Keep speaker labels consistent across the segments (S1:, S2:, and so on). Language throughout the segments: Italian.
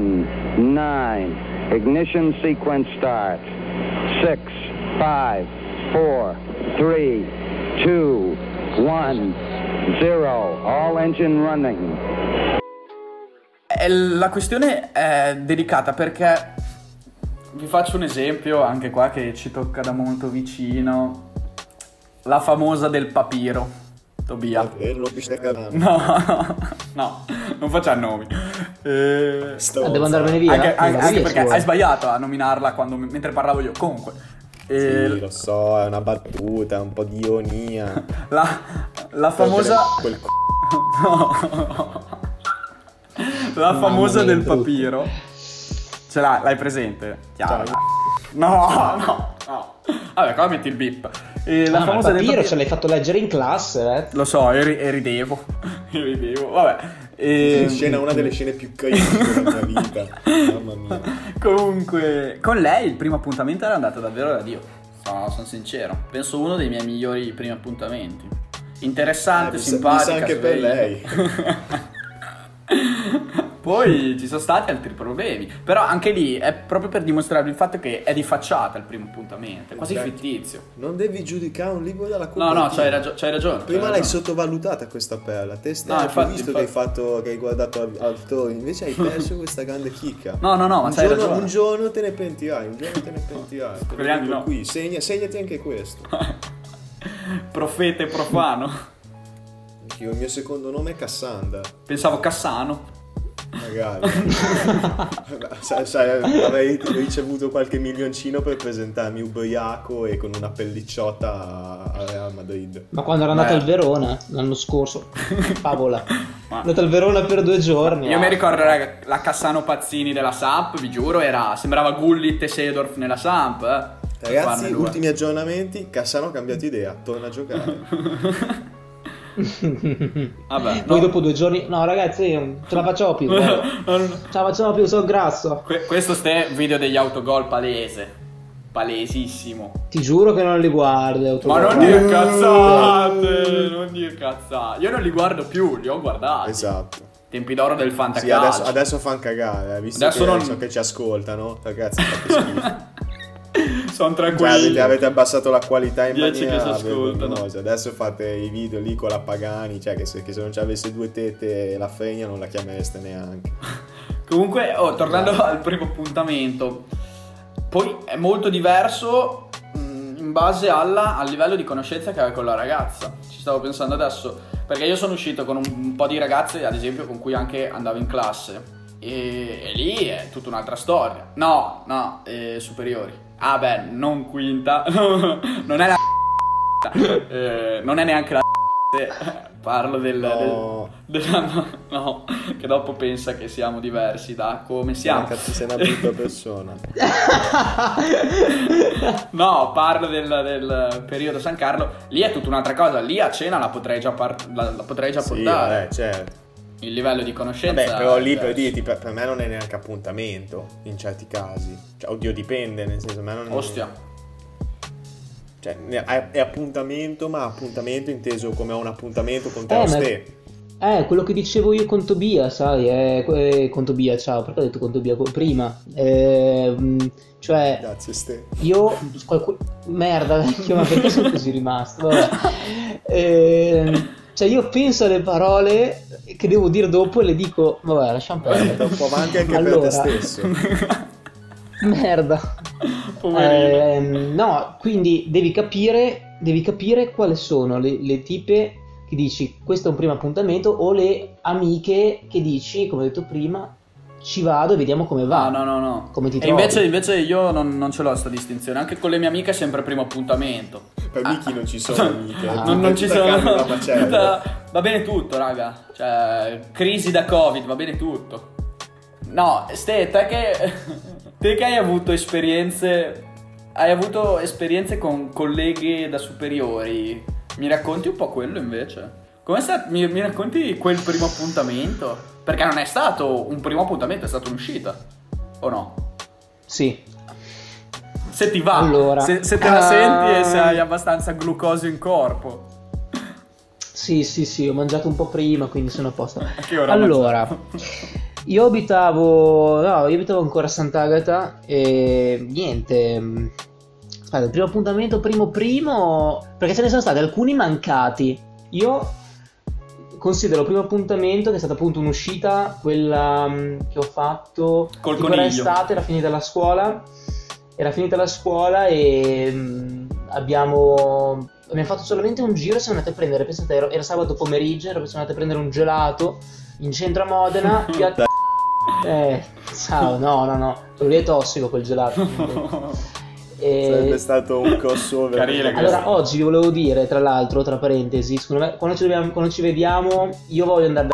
S1: 10, 9, ignition sequence start. 6, 5, 4, 3, 2, 1, 0. All engine running.
S2: Eh, La questione è delicata perché vi faccio un esempio anche qua che ci tocca da molto vicino. La famosa del papiro, Tobia.
S3: Eh, lo bistecca da-
S2: No, no, non facciamo nomi. Eh,
S3: sto-
S4: Ah, devo andarmene via?
S2: anche anche-
S4: Sì,
S2: anche
S4: sì,
S2: perché
S4: scusa.
S2: hai sbagliato a nominarla quando- mentre parlavo io. Comunque, eh,
S3: Sì, lo so, è una battuta, un po' di ironia.
S2: la, la famosa.
S3: Quel c***o
S2: No. La famosa
S4: mia,
S2: del
S4: brutto.
S2: papiro. Ce l'hai, l'hai presente? Chiaro.
S3: Cioè,
S2: No, no, no. Vabbè, qua metti il bip. Eh, la
S4: Ah, ma il
S2: famosa del
S4: papiro
S2: papiro.
S4: ce l'hai fatto leggere in classe, eh?
S2: Lo so, e, ri- e ridevo. E ridevo. Vabbè. Eh,
S3: scena, una delle scene più carine della mia vita. Mamma mia.
S2: Comunque, con lei il primo appuntamento era andato davvero da Dio. Sono, sono sincero. Penso uno dei miei migliori primi appuntamenti. Interessante,
S3: Eh, mi sa-
S2: simpatica.
S3: mi sa anche per
S2: sveglia.
S3: lei.
S2: Poi ci sono stati altri problemi. Però anche lì è proprio per dimostrarvi il fatto che è di facciata il primo appuntamento. È quasi
S3: Esatto.
S2: fittizio.
S3: Non devi giudicare un libro dalla
S2: No,
S3: copertina.
S2: no, c'hai, ragio- c'hai ragione.
S3: Prima
S2: c'hai
S3: l'hai
S2: ragione.
S3: sottovalutata questa perla, te stai
S2: No,
S3: ho
S2: infatti,
S3: visto
S2: infatti.
S3: che hai fatto che hai guardato al- altrove, invece hai perso questa grande chicca.
S2: No, no, no, ma
S3: un
S2: c'hai
S3: giorno,
S2: ragione.
S3: un giorno te ne pentirai, un giorno te ne pentirai. Te lo
S2: Speriamo di
S3: dico
S2: no.
S3: qui, segna- segnati anche questo.
S2: Profete profano.
S3: Anch'io, il mio secondo nome è Cassandra,
S2: Pensavo Cassano.
S3: magari. sai, sai, avrei ricevuto qualche milioncino per presentarmi ubriaco e con una pellicciotta a- a Real Madrid.
S4: Ma quando ero andato
S2: Beh.
S4: al Verona l'anno scorso, favola.
S2: Ma-
S4: Sono andato al Verona per due giorni.
S2: Io
S4: ah.
S2: mi ricordo raga, la Cassano Pazzini della Samp, vi giuro, era, sembrava Gullit e Sedorf nella Samp. eh. Fanno
S3: Ragazzi,
S2: i due.
S3: ultimi aggiornamenti, Cassano ha cambiato idea, torna a giocare.
S2: Vabbè, no.
S4: Poi dopo due giorni, no ragazzi, io non ce la facciamo più. guarda. Non
S2: No, no, no.
S4: ce la facciamo più, sono grasso.
S2: Que- questo è video degli autogol palese. Palesissimo.
S4: Ti giuro che non li guardo. gli
S2: Ma
S4: autogol.
S2: non
S3: Uh.
S2: dire cazzate, non dire cazzate. Io non li guardo più, li ho guardati.
S3: Esatto.
S2: Tempi d'oro del
S3: Sì,
S2: fantacalcio.
S3: adesso, adesso fan cagare, eh, visto
S2: Adesso
S3: che,
S2: non-
S3: so che ci ascoltano, ragazzi, fate schifo.
S2: Sono
S3: Cioè,
S2: tranquilli.
S3: avete, avete abbassato la qualità in
S2: Dieci che
S3: maniera
S2: ci ascoltano.
S3: vergognosa. Adesso fate i video lì con la Pagani, cioè che se, che se non ci avesse due tete e la fregna non la chiamereste neanche.
S2: Comunque, oh, tornando al primo appuntamento, poi è molto diverso mh, in base alla- al livello di conoscenza che avevo con la ragazza. Ci stavo pensando adesso, perché io sono uscito con un, un po' di ragazze, ad esempio, con cui anche andavo in classe. E, e lì è tutta un'altra storia. No, no, eh, superiori. Ah beh, non quinta. non è la... eh, non è neanche la... Parlo del... del-
S3: No,
S2: della- no, che dopo pensa che siamo diversi da come siamo.
S3: manca- sei una brutta persona.
S2: No, parlo del, del periodo San Carlo. Lì è tutta un'altra cosa. Lì a cena la potrei già, par- la, la potrei già
S3: sì,
S2: portare.
S3: vabbè, certo.
S2: Il livello di conoscenza.
S3: Vabbè, però lì
S2: cioè,
S3: per dirti, per, per me non è neanche appuntamento in certi casi. Cioè, oddio, dipende, nel senso, a me non è...
S2: Ostia.
S3: Cioè, ne- è, è appuntamento, ma appuntamento inteso come un appuntamento con te
S4: Eh,
S3: lo
S4: ma-
S3: ste.
S4: Eh, quello che dicevo io con Tobia, sai, eh, eh, con Tobia, ciao, perché ho detto con Tobia co- prima? Eh, mh, cioè,
S3: Grazie ste.
S4: Io, qualcu- merda, vecchio, ma perché sono così rimasto? Vabbè. Ehm, cioè, io penso alle parole che devo dire dopo e le dico, vabbè, lasciamo
S3: Guarda,
S4: perdere.
S3: un po' avanti anche
S4: Allora.
S3: per te stesso.
S4: Merda.
S2: Poverino.
S4: Ehm, no, quindi devi capire, devi capire quali sono le, le tipe che dici questo è un primo appuntamento o le amiche che dici, come ho detto prima, ci vado e vediamo come va.
S2: Ah, no, no, no.
S4: Come ti
S2: e
S4: trovi?
S2: invece, invece io non, non ce l'ho sta distinzione. Anche con le mie amiche è sempre primo appuntamento.
S3: Per me chi non ci sono amiche. eh,
S4: Ah.
S2: Ah. non, non ci sono.
S3: La macella.
S2: Tutta- va bene tutto, raga. Cioè, crisi da Covid, va bene tutto. No, Ste, te che, te che hai avuto esperienze. Hai avuto esperienze con colleghi da superiori. Mi racconti un po' quello invece? Come è stato? Mi, mi racconti quel primo appuntamento? Perché non è stato un primo appuntamento, è stata un'uscita. O no?
S4: Sì.
S2: Se ti va,
S4: Allora.
S2: se, se te la
S4: Ah.
S2: senti e se hai abbastanza glucosio in corpo.
S4: Sì, sì, sì, ho mangiato un po' prima, quindi sono a posto.
S2: A che ora hai
S4: allora, Io abitavo, no, io abitavo ancora a Sant'Agata e niente. mm, Aspetta, il primo appuntamento, primo primo, perché ce ne sono stati alcuni mancati. Io considero il primo appuntamento che è stata appunto un'uscita, quella mm, che ho fatto
S2: Col
S4: tipo era
S2: coniglio.
S4: estate, era finita la scuola, era finita la scuola e mm, abbiamo, abbiamo fatto solamente un giro e siamo andati a prendere, pensate, era, era sabato pomeriggio, ero- siamo andati a prendere un gelato in centro a Modena, piazza eh, ciao, no, no, no, quello lì è tossico quel gelato. E-
S3: Sarebbe stato un crossover.
S2: Carina
S4: Allora, oggi vi volevo dire, tra l'altro, tra parentesi, secondo me, quando ci, dobbiamo- quando ci vediamo, io voglio andare da...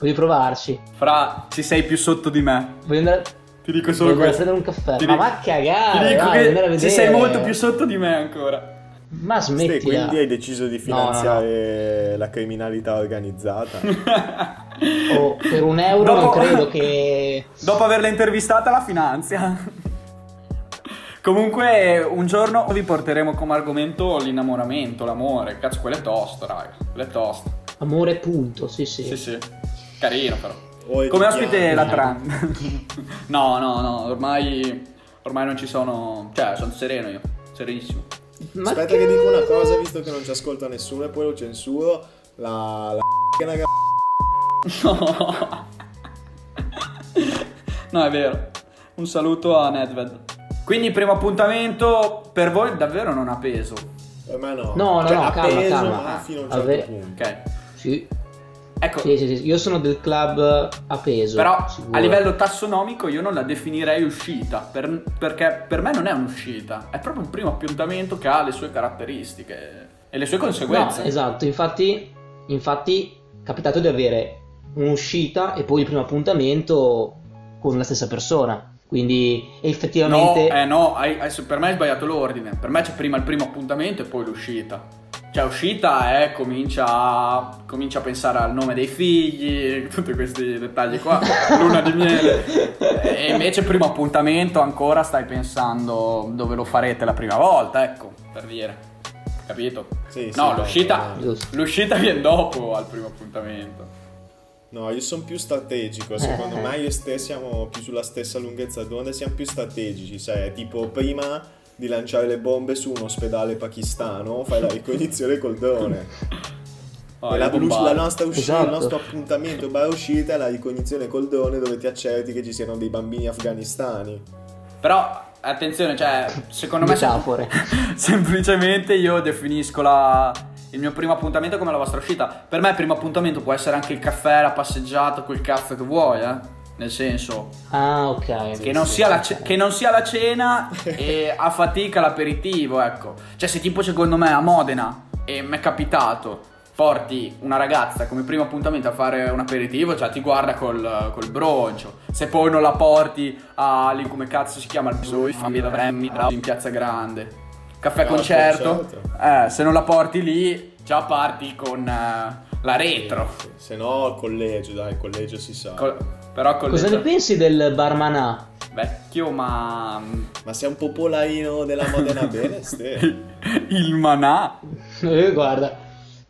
S4: Voglio provarci.
S2: Fra, ci sei più sotto di me.
S4: Voglio andare,
S2: Ti dico
S4: voglio
S2: solo
S4: andare a
S2: questo.
S4: prendere un caffè.
S2: Ti
S4: ma
S2: dico-
S4: va a cagare,
S2: Ti dico
S4: dai, andare a
S2: che
S4: vedere.
S2: ci sei molto più sotto di me ancora.
S4: Ma
S3: Ste,
S4: smettila.
S3: quindi hai deciso di finanziare la criminalità organizzata.
S4: Oh, per un euro non
S2: Dopo-
S4: credo che...
S2: Dopo averla intervistata la finanzia. Comunque un giorno vi porteremo come argomento l'innamoramento, l'amore. Cazzo, quello è tosto, raga. Quello è tosto.
S4: Amore punto, sì sì.
S2: Sì, sì. Carino però.
S3: O è
S2: Come
S3: di
S2: ospite
S3: piano.
S2: la Tran. no, no, no, ormai ormai non ci sono, cioè, sono sereno io, serenissimo.
S4: Ma
S3: Aspetta che... dico una cosa, visto che non ci ascolta nessuno e poi lo censuro. La... la... che raga-
S2: No. no, è vero. Un saluto a Nedved. Quindi primo appuntamento per voi davvero non ha peso.
S3: Per me no.
S4: No, no,
S3: Cioè,
S4: no,
S3: ha
S4: calma,
S3: peso,
S4: calma.
S3: ma fino a un
S4: Ah,
S3: certo
S4: vabbè.
S3: punto.
S2: Ok.
S4: Sì.
S2: Ecco,
S4: Sì, sì, sì, io sono del club a peso.
S2: però
S4: sicuro.
S2: a livello tassonomico io non la definirei uscita, per- perché per me non è un'uscita, è proprio un primo appuntamento che ha le sue caratteristiche e le sue
S4: No,
S2: conseguenze.
S4: esatto, infatti, infatti è capitato di avere un'uscita e poi il primo appuntamento con la stessa persona. Quindi
S2: No,
S4: effettivamente...
S2: eh no, hai- hai- per me hai sbagliato l'ordine. Per me c'è prima il primo appuntamento e poi l'uscita. Cioè, uscita è comincia a, comincia a pensare al nome dei figli, tutti questi dettagli qua, luna di miele. E invece primo appuntamento ancora stai pensando dove lo farete la prima volta, ecco, per dire. Capito?
S3: Sì, sì,
S2: no,
S3: no,
S2: l'uscita,
S4: no, no. Giusto.
S2: l'uscita viene dopo al primo appuntamento.
S3: No, io sono più
S4: Eh.
S3: strategico, secondo me io e te siamo più sulla stessa lunghezza d'onda e siamo più strategici, sai, tipo prima di lanciare le bombe su un ospedale pakistano fai la ricognizione col drone.
S2: Oh,
S3: E la,
S2: il bombardo.
S3: la nostra uscita, il
S4: Esatto.
S3: nostro appuntamento bar uscita è la ricognizione col drone dove ti accerti che ci siano dei bambini afganistani.
S2: Però attenzione, cioè, secondo me
S4: Metafore.
S2: semplicemente io definisco la- il mio primo appuntamento come la vostra uscita. Per me il primo appuntamento può essere anche il caffè, la passeggiata, quel cazzo che vuoi, eh. Nel senso
S4: Ah, ok.
S2: che non, sia la ce- che non sia la cena e a fatica l'aperitivo, ecco. Cioè, se tipo secondo me a Modena e mi è capitato, porti una ragazza come primo appuntamento a fare un aperitivo, cioè ti guarda col, col broncio. Se poi non la porti a lì come cazzo si chiama il bisogno, fammi da Bremmi, bravo, in Piazza Grande. Caffè
S3: Ah,
S2: concerto.
S3: concerto.
S2: Eh, se non la porti lì, già parti con eh, la retro.
S3: Sì, Se no, al collegio, dai, il collegio si sa.
S2: Col- però con
S4: Cosa ne pensi del barmanà?
S2: vecchio ma mm,
S3: Ma sei un popolarino della Modena bene, Ste?
S2: il manà.
S4: Eh, guarda,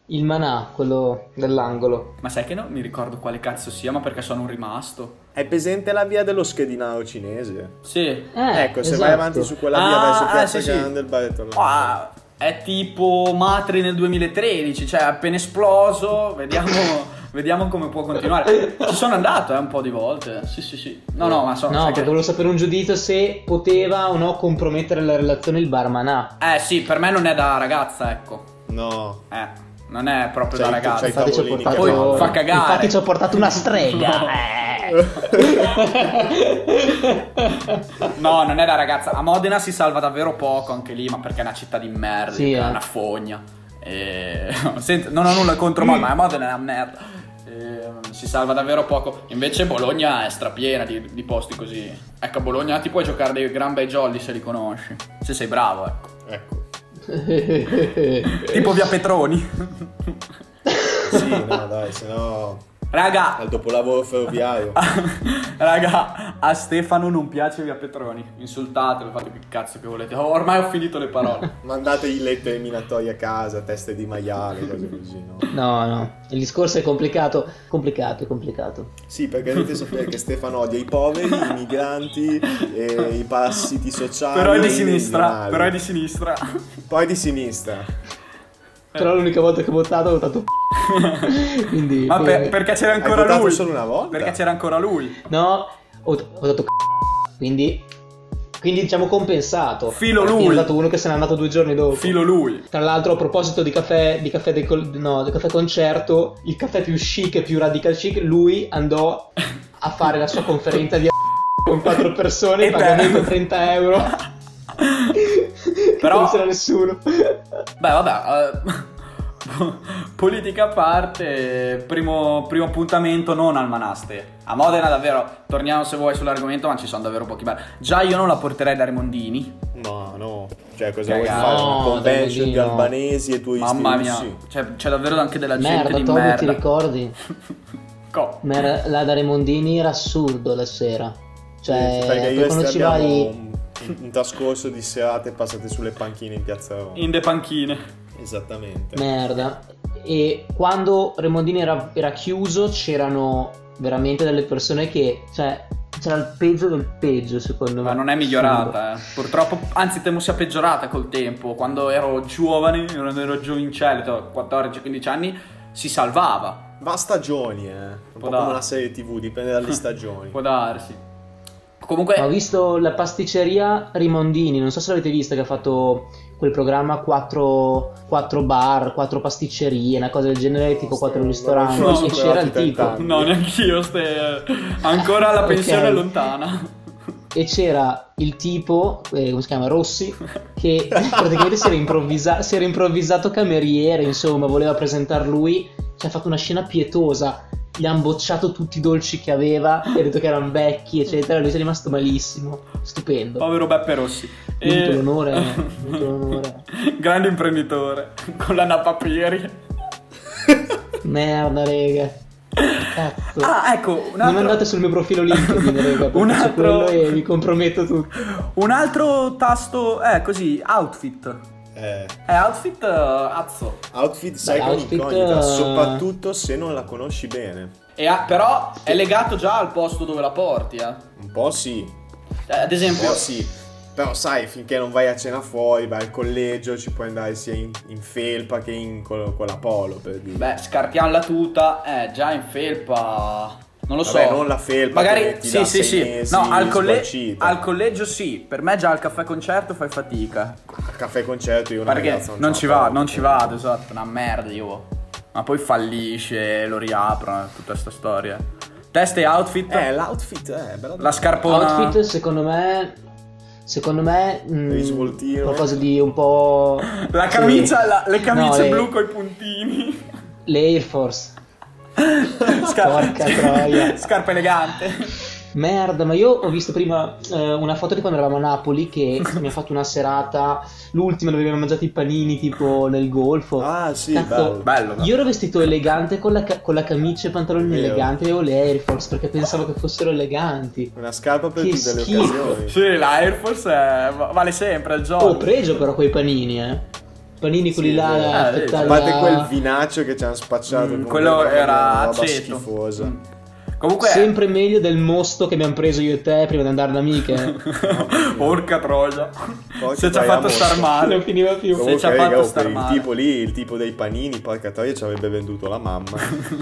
S4: il manà, quello dell'angolo.
S2: Ma sai che non mi ricordo quale cazzo sia, ma perché sono un rimasto.
S3: Hai presente la via dello schedinaro cinese?
S2: Sì.
S4: Eh,
S3: ecco, se
S4: esatto.
S3: vai avanti su quella via
S2: Ah,
S3: verso
S2: ah,
S3: Piazza
S2: sì, sì.
S3: Grande il baretto là.
S2: Ah, è tipo Matri nel 2013, cioè appena esploso, vediamo, vediamo come può continuare. Ci sono andato eh, un po' di volte. Sì, sì, sì. No, no, ma sono...
S4: No,
S2: sai
S4: perché
S2: che-
S4: volevo sapere un giudizio se poteva o no compromettere la relazione il barmanà.
S2: Eh sì, per me non è da ragazza, ecco.
S3: No.
S2: Eh, non è proprio
S3: Cioè,
S2: da
S3: tu c'hai
S2: ragazza.
S4: Infatti ci ho
S3: Tavolini,
S4: portato...
S2: poi fa cagare.
S4: Infatti ci ho portato una strega.
S2: No, non è da ragazza. A Modena si salva davvero poco anche lì, ma perché è una città di merda,
S4: Sì,
S2: è
S4: eh.
S2: una fogna. E... Senti, non ho nulla contro Modena, ma Modena è una merda. E, um, Si salva davvero poco. Invece Bologna è strapiena di, di posti così. Ecco, a Bologna ti puoi giocare dei gran bei jolly se li conosci. Se sei bravo, ecco.
S3: Ecco.
S2: Tipo via Petroni.
S3: Sì, no, dai, se no
S2: Raga,
S3: al dopolavoro ferroviario.
S2: Raga, a Stefano non piacevi a Petroni. Insultatelo, fate che cazzo che volete. Oh, ormai ho finito le parole.
S3: Mandategli le terminatorie a casa, teste di maiale, cose così, no?
S4: No, no, il discorso è complicato, complicato, è complicato.
S3: Sì, perché dovete sapere che Stefano odia i poveri, i migranti, e i parassiti sociali.
S2: però è
S3: e
S2: di
S3: i
S2: sinistra,
S3: milionari.
S2: però è di sinistra.
S3: Poi di sinistra.
S4: Però l'unica volta che ho votato ho votato p- Quindi...
S2: Ma per-
S4: bene.
S2: perché c'era
S3: Hai
S2: ancora
S3: votato
S2: lui?
S3: solo una volta?
S2: Perché c'era ancora lui.
S4: No, ho, ho votato c***o, quindi... Quindi diciamo compensato.
S2: Filo
S4: Alla fine
S2: lui.
S4: Ho votato uno che se n'è andato due giorni dopo.
S2: Filo lui.
S4: Tra l'altro, a proposito di caffè, di caffè, dei col- no, del caffè concerto, il caffè più chic e più radical chic, lui andò a fare la sua conferenza di con quattro persone,
S2: E
S4: pagamento
S2: beh.
S4: 30 euro. Che
S2: Però-
S4: Non c'era nessuno.
S2: Beh, vabbè. eh, politica a parte, primo, primo appuntamento non al Manaste. A Modena davvero, torniamo se vuoi sull'argomento, ma ci sono davvero pochi bar. Già io non la porterei da Raimondini.
S3: No, no. Cioè, cosa vuoi
S2: Cagata.
S3: fare?
S4: No,
S3: Un convention
S4: dai,
S3: di
S4: no.
S3: albanesi e tuoi
S2: Mamma mia,
S3: stilisti?
S2: cioè, c'è davvero anche della gente
S4: Merda,
S2: di
S4: Tommy, ti
S2: merda.
S4: ricordi?
S2: Co-
S4: Mer- la da Remondini era assurdo la sera. Cioè,
S3: Sì, perché
S4: poi
S3: io e
S4: quando
S3: Ste
S4: ci
S3: abbiamo
S4: vai...
S3: un, un trascorso di serate passate sulle panchine in piazza Roma.
S2: In de panchine.
S3: Esattamente.
S4: Merda. E quando Remondini era, era chiuso c'erano veramente delle persone che, cioè, c'era il peggio del peggio secondo me.
S2: Ma non è migliorata, eh. purtroppo, anzi temo sia peggiorata col tempo. Quando ero giovane, quando ero giovincello, 14-15 anni, si salvava.
S3: Va a stagioni, eh. Un po'
S2: dare.
S3: come una serie TV, dipende dalle stagioni.
S2: Può darsi. Comunque,
S4: Ho visto la pasticceria Rimondini, non so se l'avete vista che ha fatto quel programma 4, bar, 4 pasticcerie, una cosa del genere, tipo 4
S3: No,
S4: ristoranti.
S2: no,
S4: e
S3: no,
S4: c'era il
S3: no,
S4: tipo.
S3: no.
S2: no, neanch'io. Ste... Ancora la
S4: Ok.
S2: pensione è lontana.
S4: E c'era il tipo, eh, come si chiama, Rossi, che praticamente si era, improvvisa- si era improvvisato cameriere, insomma, voleva presentar lui, ci ha fatto una scena pietosa, gli hanno bocciato tutti i dolci che aveva, gli ha detto che erano vecchi, eccetera, lui ci è rimasto malissimo, stupendo.
S2: Povero Beppe Rossi.
S4: Minuto d'onore, minuto d'onore.
S2: Grande imprenditore. Con la napapieri.
S4: Merda, raga. Cazzo.
S2: Ah, ecco, un
S4: Mi
S2: altro,
S4: mandate sul mio profilo LinkedIn, raga, perché
S2: Un
S4: faccio
S2: altro-
S4: quello e mi comprometto tutto.
S2: un altro tasto, eh, così, outfit.
S3: Eh,
S2: Eh, outfit, eh, azzo.
S3: outfit, sai
S4: Beh,
S3: che è
S4: outfit,
S3: un'incognita,
S4: eh,
S3: soprattutto se non la conosci bene.
S2: E ha- però è legato già al posto dove la porti, eh.
S3: Un po' sì,
S2: Eh, Ad
S3: un
S2: esempio,
S3: po' Oh, sì. Però sai, finché non vai a cena fuori, vai al collegio, ci puoi andare sia in, in felpa che in col- con la polo, per dire.
S2: beh, scartiamo la tuta, eh, già in felpa. Non lo
S3: Vabbè,
S2: so.
S3: non la felpa
S2: Magari
S3: che ti
S2: sì,
S3: dà
S2: sì,
S3: sei
S2: sì.
S3: mesi
S2: No, al, colle-
S3: sgualcita.
S2: al collegio sì. Per me già al caffè concerto fai fatica.
S3: Al caffè concerto io una
S2: Perché
S3: ragazza
S2: non,
S3: ce la
S2: ci
S3: faccio.
S2: va, non ci vado, esatto, una merda io. Ma poi fallisce, lo riaprono, tutta questa storia. Test e outfit,
S3: Eh, l'outfit è bella
S2: la scarpona.
S4: Outfit, secondo me. Secondo me. mm,
S3: Risvoltino.
S4: Qualcosa di un po'.
S2: La
S4: sì.
S2: camicia, la- le
S4: No,
S2: camicie
S4: le-
S2: blu coi puntini.
S4: Le Air Force.
S2: Scar-
S4: Porca troia.
S2: Scarpa elegante.
S4: Merda, ma io ho visto prima eh, una foto di quando eravamo a Napoli che mi ha fatto una serata, l'ultima dove abbiamo mangiato i panini tipo nel golfo.
S3: Ah, sì,
S4: Cazzo,
S3: bello.
S2: Bello, no?
S4: Io ero vestito elegante con la, ca- con la camicia e i pantaloni
S3: Vero.
S4: eleganti, avevo le Air Force perché pensavo che fossero eleganti.
S3: Una scarpa per
S4: Che
S3: tutte le
S4: schifo.
S3: occasioni.
S2: Sì, la Air Force è- va- vale sempre al gioco.
S4: Oh, pregio però quei panini, eh. Panini quelli
S3: Sì,
S4: là
S3: vero.
S4: da
S2: Eh, vedi.
S4: aspettare
S3: A parte
S4: la-
S3: quel vinaccio che ci hanno spacciato. con
S2: Mm, quello
S3: quella
S2: era
S3: roba
S2: aceto.
S3: schifosa.
S2: Mm. Comunque
S4: Sempre meglio del mosto che abbiamo preso io e te prima di andare da amiche. eh.
S2: Orca troia.
S3: Poi
S2: Se
S3: ci
S2: ci ha
S3: vai a
S2: fatto star
S3: mostra.
S4: non
S2: male.
S4: finiva più.
S2: Sì.
S3: Comunque,
S2: ci ha
S3: raga,
S2: fatto
S3: oh,
S2: star
S3: per il
S2: male.
S3: tipo lì, il tipo dei panini, porca troia, ci avrebbe venduto la mamma.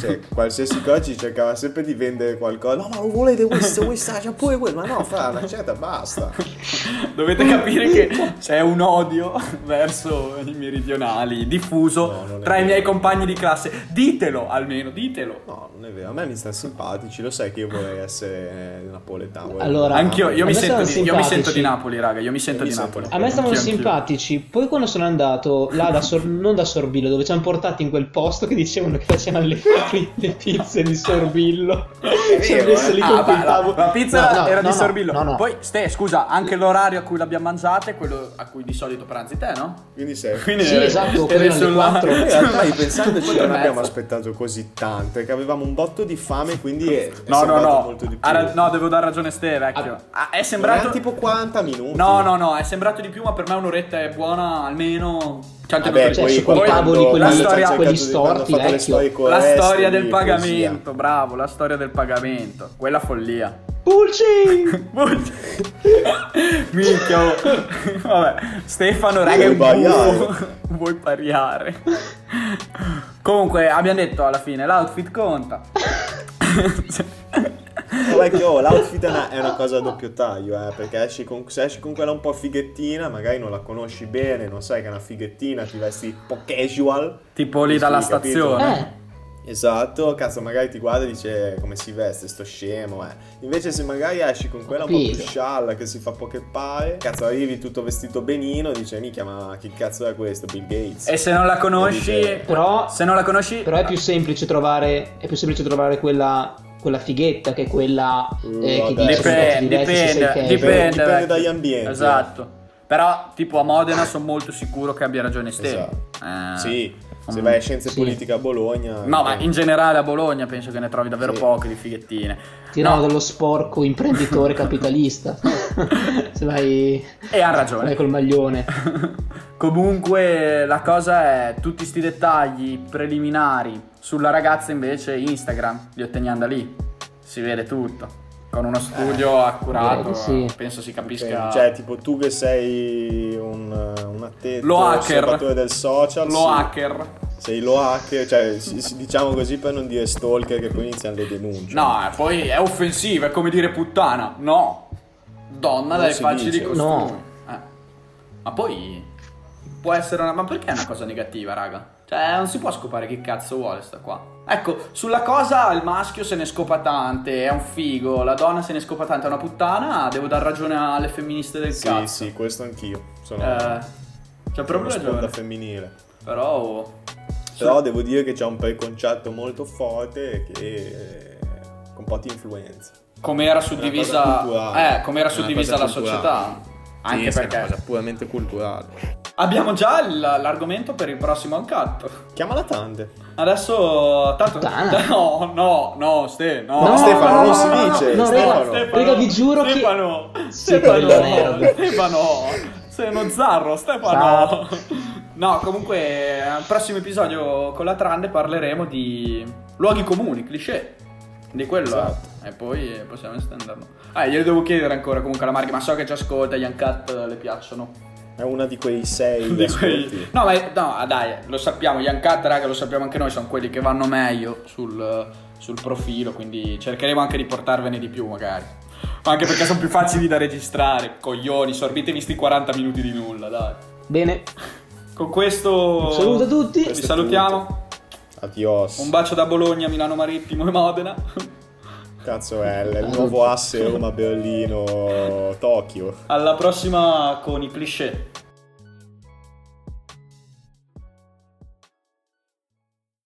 S3: cioè, qualsiasi cosa ci cercava sempre di vendere qualcosa. No, ma lo volete questo, questa, c'è pure quello. Ma no, fra una certa, basta.
S2: Dovete capire che c'è un odio verso i meridionali diffuso
S3: No, non è
S2: tra i
S3: vero.
S2: miei compagni di classe. Ditelo almeno, ditelo.
S3: No, non è vero. A me mi stanno simpatici. Lo sai che io vorrei essere napoletano. vorrei
S4: Allora-
S3: essere
S2: Anch'io, io
S4: A
S2: mi,
S4: me
S2: sento di,
S4: stanno
S2: io mi sento di
S4: simpatici.
S2: Napoli, raga. Io mi sento
S3: Io
S2: di
S3: mi
S2: Napoli.
S3: sento-
S4: A me stavano
S2: Anch'io, anch'io.
S4: simpatici, poi quando sono andato là da Sor- non da Sorbillo, dove ci hanno portato in quel posto che dicevano che facevano le, le pizze di Sorbillo, ci hanno
S3: vero,
S4: messo
S3: eh.
S4: lì
S2: Ah,
S4: con
S2: beh,
S4: quel
S2: la-
S4: tavolo.
S2: La pizza
S4: No, no,
S2: era
S4: no,
S2: di
S4: no,
S2: Sorbillo.
S4: no, no.
S2: Poi, ste, scusa, anche l'orario a cui l'abbiamo mangiata è quello a cui di solito pranzi te, no?
S3: Quindi sei.
S2: Quindi
S4: Sì,
S2: eh,
S4: esatto,
S2: stai
S4: quello alle
S2: sulla-
S4: quattro.
S3: In realtà, ripensandoci,
S2: Quattro e
S3: non abbiamo
S2: mezza.
S3: aspettato così tanto, è che avevamo un botto di fame, quindi
S2: Steve. No, no,
S3: sembrato
S2: no.
S3: molto di più.
S2: Ha ra- no, devo dare ragione a Steve, vecchio. Ah, è sembrato.
S3: Era tipo 40 minuti. Eh
S2: No, no, no, è sembrato di più, ma per me un'oretta è buona almeno. Cioè, anche
S3: Vabbè,
S2: tutto
S4: cioè,
S2: il-
S4: su
S3: poi
S2: poi
S4: quei tavoli,
S3: quando
S4: quelli-
S3: la
S4: cioè,
S3: stanza
S2: storia-
S3: ha cercato
S4: quelli
S3: di- quando ha
S4: storti,
S3: fatto le
S4: vecchio.
S3: storie con
S2: la
S3: Oreste,
S2: storia
S3: di
S2: del
S3: poesia.
S2: pagamento, bravo, la storia del pagamento. Quella follia.
S4: Pulci!
S2: Minchia, oh. vabbè, Stefano, raga, è un
S3: Vuoi pariare?
S2: buffo. Vuoi pariare? Comunque, abbiamo detto alla fine, l'outfit conta.
S3: Vabbè che oh, l'outfit è una, è una cosa a doppio taglio, eh, perché esci con, se esci con quella un po' fighettina, magari non la conosci bene, non sai che è una fighettina, ti vesti un po' casual.
S2: tipo lì
S3: Sì,
S2: dalla
S3: capito.
S2: stazione.
S4: Eh,
S3: Esatto, cazzo, magari ti guarda e dice come si veste, sto scemo, eh. Invece se magari esci con quella un po' più
S4: Capito.
S3: scialla che si fa poche pare, cazzo arrivi tutto vestito benino e dice minchia ma che cazzo è questo, Bill Gates?
S2: E se non la conosci,
S3: Dice-
S4: Eh. però,
S2: se non la conosci,
S4: però è più semplice trovare, è più semplice trovare quella, quella fighetta che quella
S3: Mm,
S4: eh, che
S3: vabbè.
S4: dice "Sono
S2: Uh,
S4: tutti
S2: Dipende,
S4: diversi, sei
S2: dipende,
S4: casual".
S2: dipende.
S3: Dipende
S2: vecchio.
S3: dagli ambienti.
S2: Esatto. Però, tipo, a Modena sono molto sicuro che abbia ragione Steve.
S3: Esatto.
S2: Eh,
S3: Sì, se
S2: mm.
S3: vai a scienze
S4: Sì.
S3: politiche a Bologna... eh,
S2: No, ma in generale a Bologna penso che ne trovi davvero
S3: Sì.
S2: poche di fighettine.
S4: Tirano
S2: No.
S4: dello sporco imprenditore capitalista. Se vai,
S2: E ha ragione.
S4: vai col maglione.
S2: Comunque la cosa è tutti sti dettagli preliminari sulla ragazza invece Instagram li otteniamo da lì. Si vede tutto. Con uno studio accurato,
S4: direi di sì.
S2: penso si
S3: Eh, Ok,
S2: capisca.
S3: Cioè, tipo tu che sei un, eh, un attento
S2: Lo hacker.
S3: osservatore del social,
S2: lo
S3: sì.
S2: hacker.
S3: sei lo hacker, cioè si- si- diciamo così per non dire stalker che poi iniziano le denunce.
S2: No, eh, poi è offensivo, è come dire puttana. No. Donna
S3: Non
S2: dai
S3: si
S2: facci
S3: dice.
S2: di costumi.
S4: No.
S2: Eh. Ma poi può essere una... Ma perché è una cosa negativa, raga? Cioè, non si può scopare chi cazzo vuole sta qua. Ecco, sulla cosa il maschio se ne scopa tante, è un figo, la donna se ne scopa tante, è una puttana, devo dar ragione alle femministe del
S3: Sì,
S2: cazzo.
S3: sì, questo anch'io. Sono,
S2: Eh, c'è
S3: sono
S2: proprio
S3: una sponda
S2: ragione.
S3: femminile.
S2: Però... oh,
S3: Però devo dire che c'è un preconcetto molto forte che eh, con po' ti influenza.
S2: come era
S3: È una
S2: suddivisa...
S3: cosa culturale.
S2: Eh, come era
S5: È una
S2: suddivisa
S5: cosa
S2: la
S5: culturale.
S2: società. Anche
S5: sì,
S2: perché...
S5: È una cosa puramente culturale.
S2: Abbiamo già il- l'argomento per il prossimo Uncut.
S3: Chiamala Tante.
S2: Adesso. Tanto.
S4: Puttana.
S2: No, no, no, Ste, no.
S3: No, Stefano, non si dice,
S4: No,
S3: Stefano.
S4: raga, raga, vi giuro che...
S2: Stefano,
S4: Sì,
S2: Stefano,
S4: quello nero.
S2: Stefano, sei uno zarro, Stefano.
S4: Ciao.
S2: No, comunque, al prossimo episodio con la Trande parleremo di luoghi comuni, cliché. Di quello,
S3: Esatto.
S2: eh. E poi possiamo estenderlo. Ah, glielo devo chiedere ancora comunque alla Marghi, ma so che ci ascolta, gli Uncut le piacciono.
S3: È una di quei sei
S2: Di
S3: ascolti.
S2: quei- No, ma no, dai, lo sappiamo, gli Uncut, raga, lo sappiamo anche noi, sono quelli che vanno meglio sul, sul profilo, quindi cercheremo anche di portarvene di più magari. Ma anche perché sono più facili da registrare, coglioni, sorbitevi sti 40 minuti di nulla, dai.
S4: Bene,
S2: Con questo...
S4: Un saluto a tutti.
S2: Vi
S3: Questo è
S2: salutiamo.
S3: Adios.
S2: Un bacio da Bologna, Milano Marittimo e Modena.
S3: Cazzo è il nuovo asse Roma-Berlino-Tokyo.
S2: Alla prossima con i cliché.